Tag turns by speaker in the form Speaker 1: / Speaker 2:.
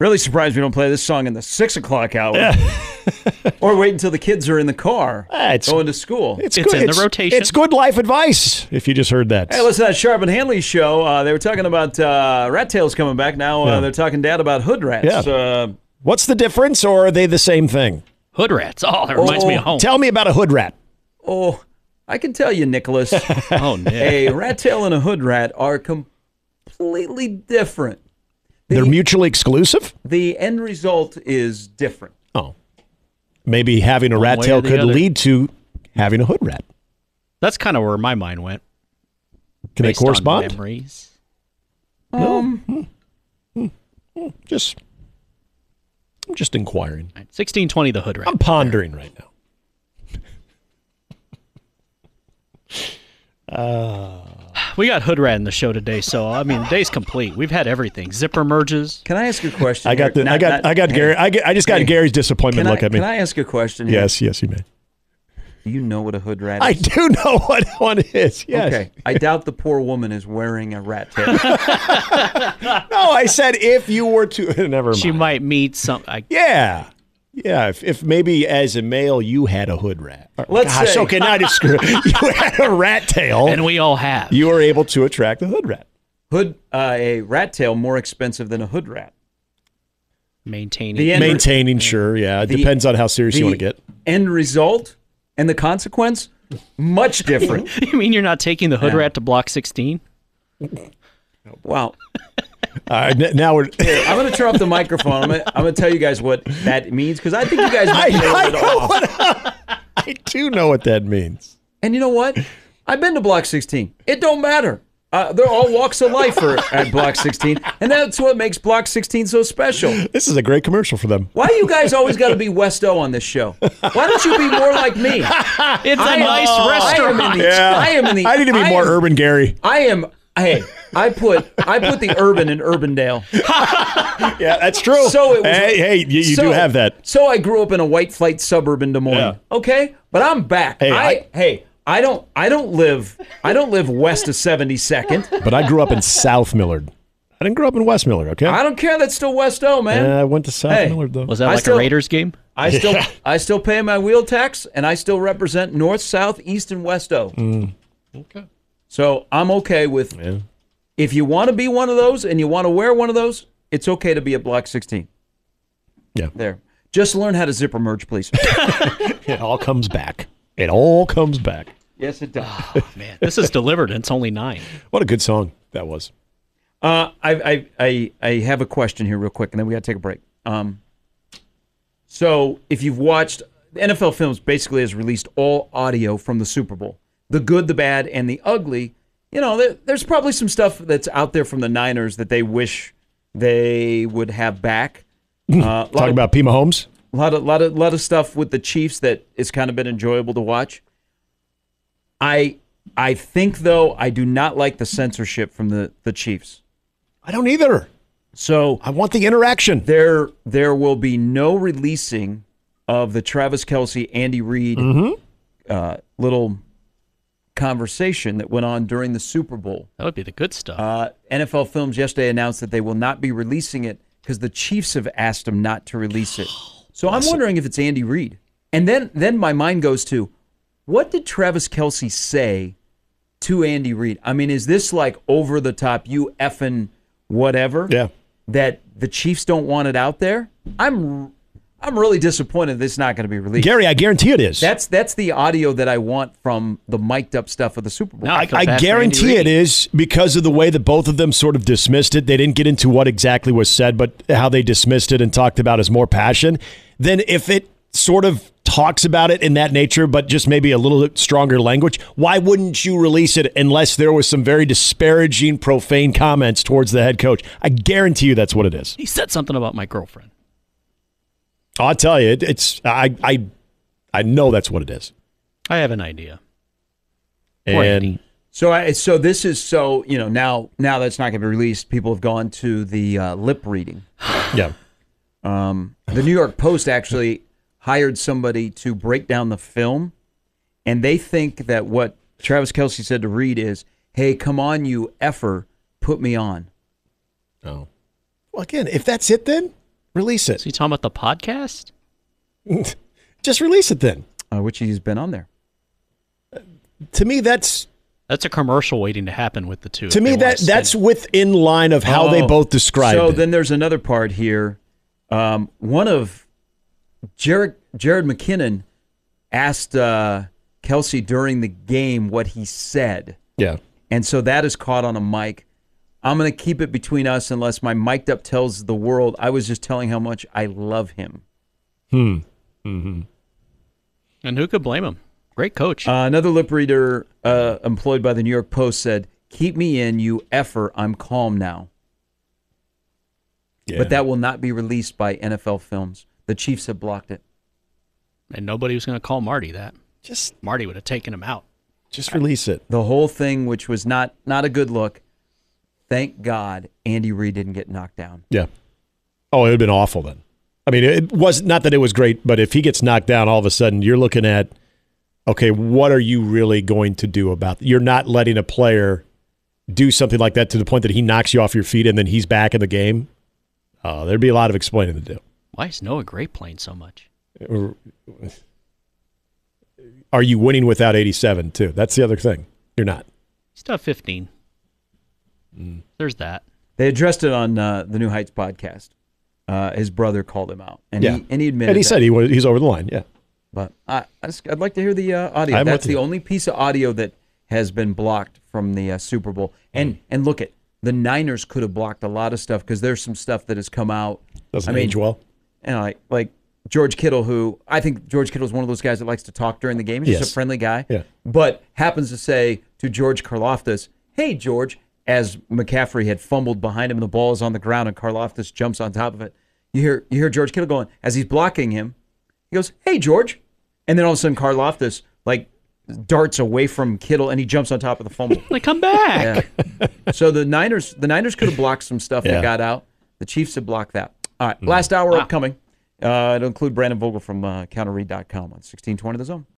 Speaker 1: Really surprised we don't play this song in the six o'clock hour. or wait until the kids are in the car
Speaker 2: Ah, it's-
Speaker 1: going to school.
Speaker 2: good.
Speaker 3: It's in the rotation.
Speaker 2: It's good life advice if you just heard that.
Speaker 1: Hey, listen to that Sharp and Hanley show. Uh, they were talking about uh, rat tails coming back. Now uh,
Speaker 2: Yeah.
Speaker 1: they're talking, Dad, about hood rats.
Speaker 2: Yeah.
Speaker 1: Uh,
Speaker 2: What's the difference, or are they the same thing?
Speaker 3: Hood rats. Oh, that reminds me of home.
Speaker 2: Tell me about a hood rat.
Speaker 1: oh, I can tell you, Nicholas,
Speaker 3: oh, Nick.
Speaker 1: a rat tail and a hood rat are completely different.
Speaker 2: They're mutually exclusive.
Speaker 1: The end result is different.
Speaker 2: Oh, maybe having a rat
Speaker 3: way
Speaker 2: tail
Speaker 3: or the
Speaker 2: could
Speaker 3: other.
Speaker 2: lead to having a hood rat.
Speaker 3: That's kind of where my mind went.
Speaker 2: Can
Speaker 3: based
Speaker 2: they
Speaker 3: on
Speaker 2: correspond?
Speaker 3: Memories.
Speaker 2: Just, I'm just inquiring.
Speaker 3: 1620, the hood rat.
Speaker 2: I'm pondering right now.
Speaker 3: We got hood rat in the show today, so I mean, day's complete. We've had everything. Zipper merges.
Speaker 1: Can I ask a question?
Speaker 2: I got
Speaker 1: here?
Speaker 2: the, I
Speaker 1: Not-
Speaker 2: got,
Speaker 1: not-
Speaker 2: I got
Speaker 1: hey,
Speaker 2: Gary. I, get, I just got
Speaker 1: hey,
Speaker 2: Gary's
Speaker 1: Can
Speaker 2: disappointment
Speaker 1: I,
Speaker 2: look at me.
Speaker 1: can I ask a question? here?
Speaker 2: yes, yes, you may.
Speaker 1: Do you know what a hood rat is?
Speaker 2: I do know what one is. Yes.
Speaker 1: Okay. I doubt the poor woman is wearing a rat tail.
Speaker 2: No, I said if you were to. Never mind.
Speaker 3: She might meet some. I,
Speaker 2: Yeah. Yeah, if, if maybe as a male you had a hood rat.
Speaker 1: Let's
Speaker 2: Gosh,
Speaker 1: say-
Speaker 2: okay, now I just screw. You had a rat tail.
Speaker 3: and we all have.
Speaker 2: you were able to attract the hood rat.
Speaker 1: Hood, uh, a rat tail more expensive than a hood rat.
Speaker 3: maintaining.
Speaker 1: The end-
Speaker 2: Maintaining, sure, yeah. It depends on how serious you want to get.
Speaker 1: end result and the consequence much different.
Speaker 3: you mean you're not taking the hood rat to block 16?
Speaker 1: wow.
Speaker 2: All right, n- now we're.
Speaker 1: I'm going to turn off the microphone. I'm going to I'm gonna tell you guys what that means because I think you guys
Speaker 2: I,
Speaker 1: might be a
Speaker 2: I
Speaker 1: little bit
Speaker 2: know
Speaker 1: off.
Speaker 2: what- I do know what that means.
Speaker 1: And you know what? I've been to Block 16. It don't matter. Uh, they're all walks of life are at Block 16, and that's what makes Block 16 so special.
Speaker 2: This is a great commercial for them.
Speaker 1: Why you guys always got to be West O on this show? Why don't you be more like me?
Speaker 3: It's a
Speaker 1: I am-
Speaker 3: nice restaurant.
Speaker 1: I am in the. I am in the.
Speaker 2: I need to be more
Speaker 1: am-
Speaker 2: urban, Gary.
Speaker 1: I am. Hey, I put I put the urban in Urbandale.
Speaker 2: Yeah, that's true.
Speaker 1: So it was.
Speaker 2: hey, hey, you, you do
Speaker 1: so-
Speaker 2: have that.
Speaker 1: So I grew up in a white flight suburb in Des Moines.
Speaker 2: Yeah.
Speaker 1: Okay, but I'm back.
Speaker 2: Hey,
Speaker 1: I,
Speaker 2: I-
Speaker 1: hey, I don't I don't live I don't live west of 72nd.
Speaker 2: But I grew up in South Millard. I didn't grow up in West Millard. Okay,
Speaker 1: I don't care. That's still West O, man.
Speaker 2: Yeah, I went to South
Speaker 1: Hey.
Speaker 2: Millard though.
Speaker 3: Was that
Speaker 1: I
Speaker 3: like
Speaker 1: still-
Speaker 3: a Raiders game?
Speaker 1: I still I still pay my wheel tax, and I still represent North, South, East, and West O.
Speaker 2: Mm. Okay.
Speaker 1: So I'm okay with
Speaker 2: Yeah.
Speaker 1: if you want to be one of those and you want to wear one of those, it's okay to be at Block 16.
Speaker 2: Yeah.
Speaker 1: There. Just learn how to zipper merge, please.
Speaker 2: It all comes back. It all comes back.
Speaker 1: yes, it does.
Speaker 3: Man, this is delivered and it's only nine.
Speaker 2: What a good song that was.
Speaker 1: Uh, I, I, I, I have a question here, real quick, and then we got to take a break. Um, so, if you've watched, the NFL Films basically has released all audio from the Super Bowl the good, the bad, and the ugly. You know, there, there's probably some stuff that's out there from the Niners that they wish they would have back. Uh, lot
Speaker 2: Talking
Speaker 1: of-
Speaker 2: about Pima Holmes.
Speaker 1: a lot of lot of lot of stuff with the Chiefs that it's kind of been enjoyable to watch. I I think though I do not like the censorship from the the Chiefs.
Speaker 2: I don't either.
Speaker 1: So
Speaker 2: I want the interaction.
Speaker 1: there there will be no releasing of the Travis Kelsey Andy Reid uh, little conversation that went on during the Super Bowl.
Speaker 3: That would be the good stuff.
Speaker 1: Uh, NFL Films yesterday announced that they will not be releasing it because the Chiefs have asked them not to release it. So I'm wondering if it's Andy Reid. And then then my mind goes to, what did Travis Kelsey say to Andy Reid? I mean, is this like over the top, you effing whatever?
Speaker 2: Yeah.
Speaker 1: That the Chiefs don't want it out there. I'm I'm really disappointed that it's not going to be released.
Speaker 2: Gary, I guarantee it is.
Speaker 1: That's that's the audio that I want from the mic'd up stuff of the Super Bowl.
Speaker 3: Now
Speaker 2: I,
Speaker 3: feel
Speaker 2: I
Speaker 3: bad for Andy
Speaker 2: guarantee it
Speaker 3: Reid.
Speaker 2: is because of the way that both of them sort of dismissed it. They didn't get into what exactly was said, but how they dismissed it and talked about is more passion. Then if it sort of talks about it in that nature, but just maybe a little bit stronger language, why wouldn't you release it unless there was some very disparaging, profane comments towards the head coach? I guarantee you that's what it is.
Speaker 3: He said something about my girlfriend.
Speaker 2: I'll tell you, it, it's I, I I know that's what it is.
Speaker 3: I have an idea. Poor
Speaker 2: And
Speaker 3: Andy.
Speaker 1: So I so this is so you know now now that's not going to be released. People have gone to the uh, lip reading.
Speaker 2: yeah,
Speaker 1: Um, the New York Post actually hired somebody to break down the film, and they think that what Travis Kelsey said to Reed is, "Hey, come on, you effer, put me on."
Speaker 2: oh, well, again, if that's it, then Release it.
Speaker 3: So you talking about the podcast?
Speaker 2: Just release it then.
Speaker 1: uh, which he's been on there.
Speaker 2: To me, that's
Speaker 3: That's a commercial waiting to happen with the two.
Speaker 2: to
Speaker 3: if
Speaker 2: me
Speaker 3: they wanna
Speaker 2: that
Speaker 3: send
Speaker 2: that's
Speaker 3: it.
Speaker 2: within line of how they
Speaker 1: Oh.
Speaker 2: both described
Speaker 1: So
Speaker 2: it.
Speaker 1: then there's another part here. Um, one of Jared Jared McKinnon asked uh, Kelsey during the game what he said,
Speaker 2: yeah.
Speaker 1: and so that is caught on a mic. I'm going to keep it between us unless my mic'd up tells the world I was just telling how much I love him.
Speaker 2: Hmm.
Speaker 3: and who could blame him? Great coach.
Speaker 1: Uh, another lip reader uh, employed by the New York Post said, "Keep me in, you effer. I'm calm now."
Speaker 2: yeah.
Speaker 1: But that will not be released by NFL Films. The Chiefs have blocked it.
Speaker 3: and nobody was going to call Marty that.
Speaker 2: just
Speaker 3: Marty would have taken him out.
Speaker 2: just release it.
Speaker 1: the whole thing, which was not not a good look. Thank God Andy Reid didn't get knocked down.
Speaker 2: Yeah. Oh, it would have been awful then. I mean, it was not that it was great, but if he gets knocked down, all of a sudden you're looking at, okay, what are you really going to do about? You're not letting a player do something like that to the point that he knocks you off your feet and then he's back in the game. Uh, there'd be a lot of explaining to do.
Speaker 3: Why is Noah Gray playing so much?
Speaker 2: Or- Are you winning without 87 too? That's the other thing. You're not.
Speaker 3: He's top 15. There's that.
Speaker 1: They addressed it on uh, the New Heights podcast. Uh, his brother called him out, and
Speaker 2: Yeah.
Speaker 1: he and he admitted.
Speaker 2: And he
Speaker 1: that.
Speaker 2: said he was, he's over the line. Yeah.
Speaker 1: but I, I just, I'd like to hear the uh, audio.
Speaker 2: I'm
Speaker 1: That's
Speaker 2: with
Speaker 1: the
Speaker 2: you.
Speaker 1: only piece of audio that has been blocked from the uh, Super Bowl. And and look at the Niners could have blocked a lot of stuff because there's some stuff that has come out.
Speaker 2: Doesn't
Speaker 1: I mean,
Speaker 2: age well.
Speaker 1: and like like George Kittle, who I think George Kittle is one of those guys that likes to talk during the game. He's
Speaker 2: Yes.
Speaker 1: just a friendly guy.
Speaker 2: Yeah.
Speaker 1: But happens to say to George Karloftis, "Hey George," as McCaffrey had fumbled behind him and the ball is on the ground and Karloftis jumps on top of it. You hear you hear George Kittle going as he's blocking him. He goes, "Hey George," and then all of a sudden Karloftis like darts away from Kittle and he jumps on top of the fumble.
Speaker 3: Like, come back.
Speaker 1: so the Niners the Niners could have blocked some stuff
Speaker 2: Yeah.
Speaker 1: that got out. The Chiefs have blocked that. All right, last hour upcoming. Uh, it'll include Brandon Vogel from uh, counterread.com on 1620 The Zone.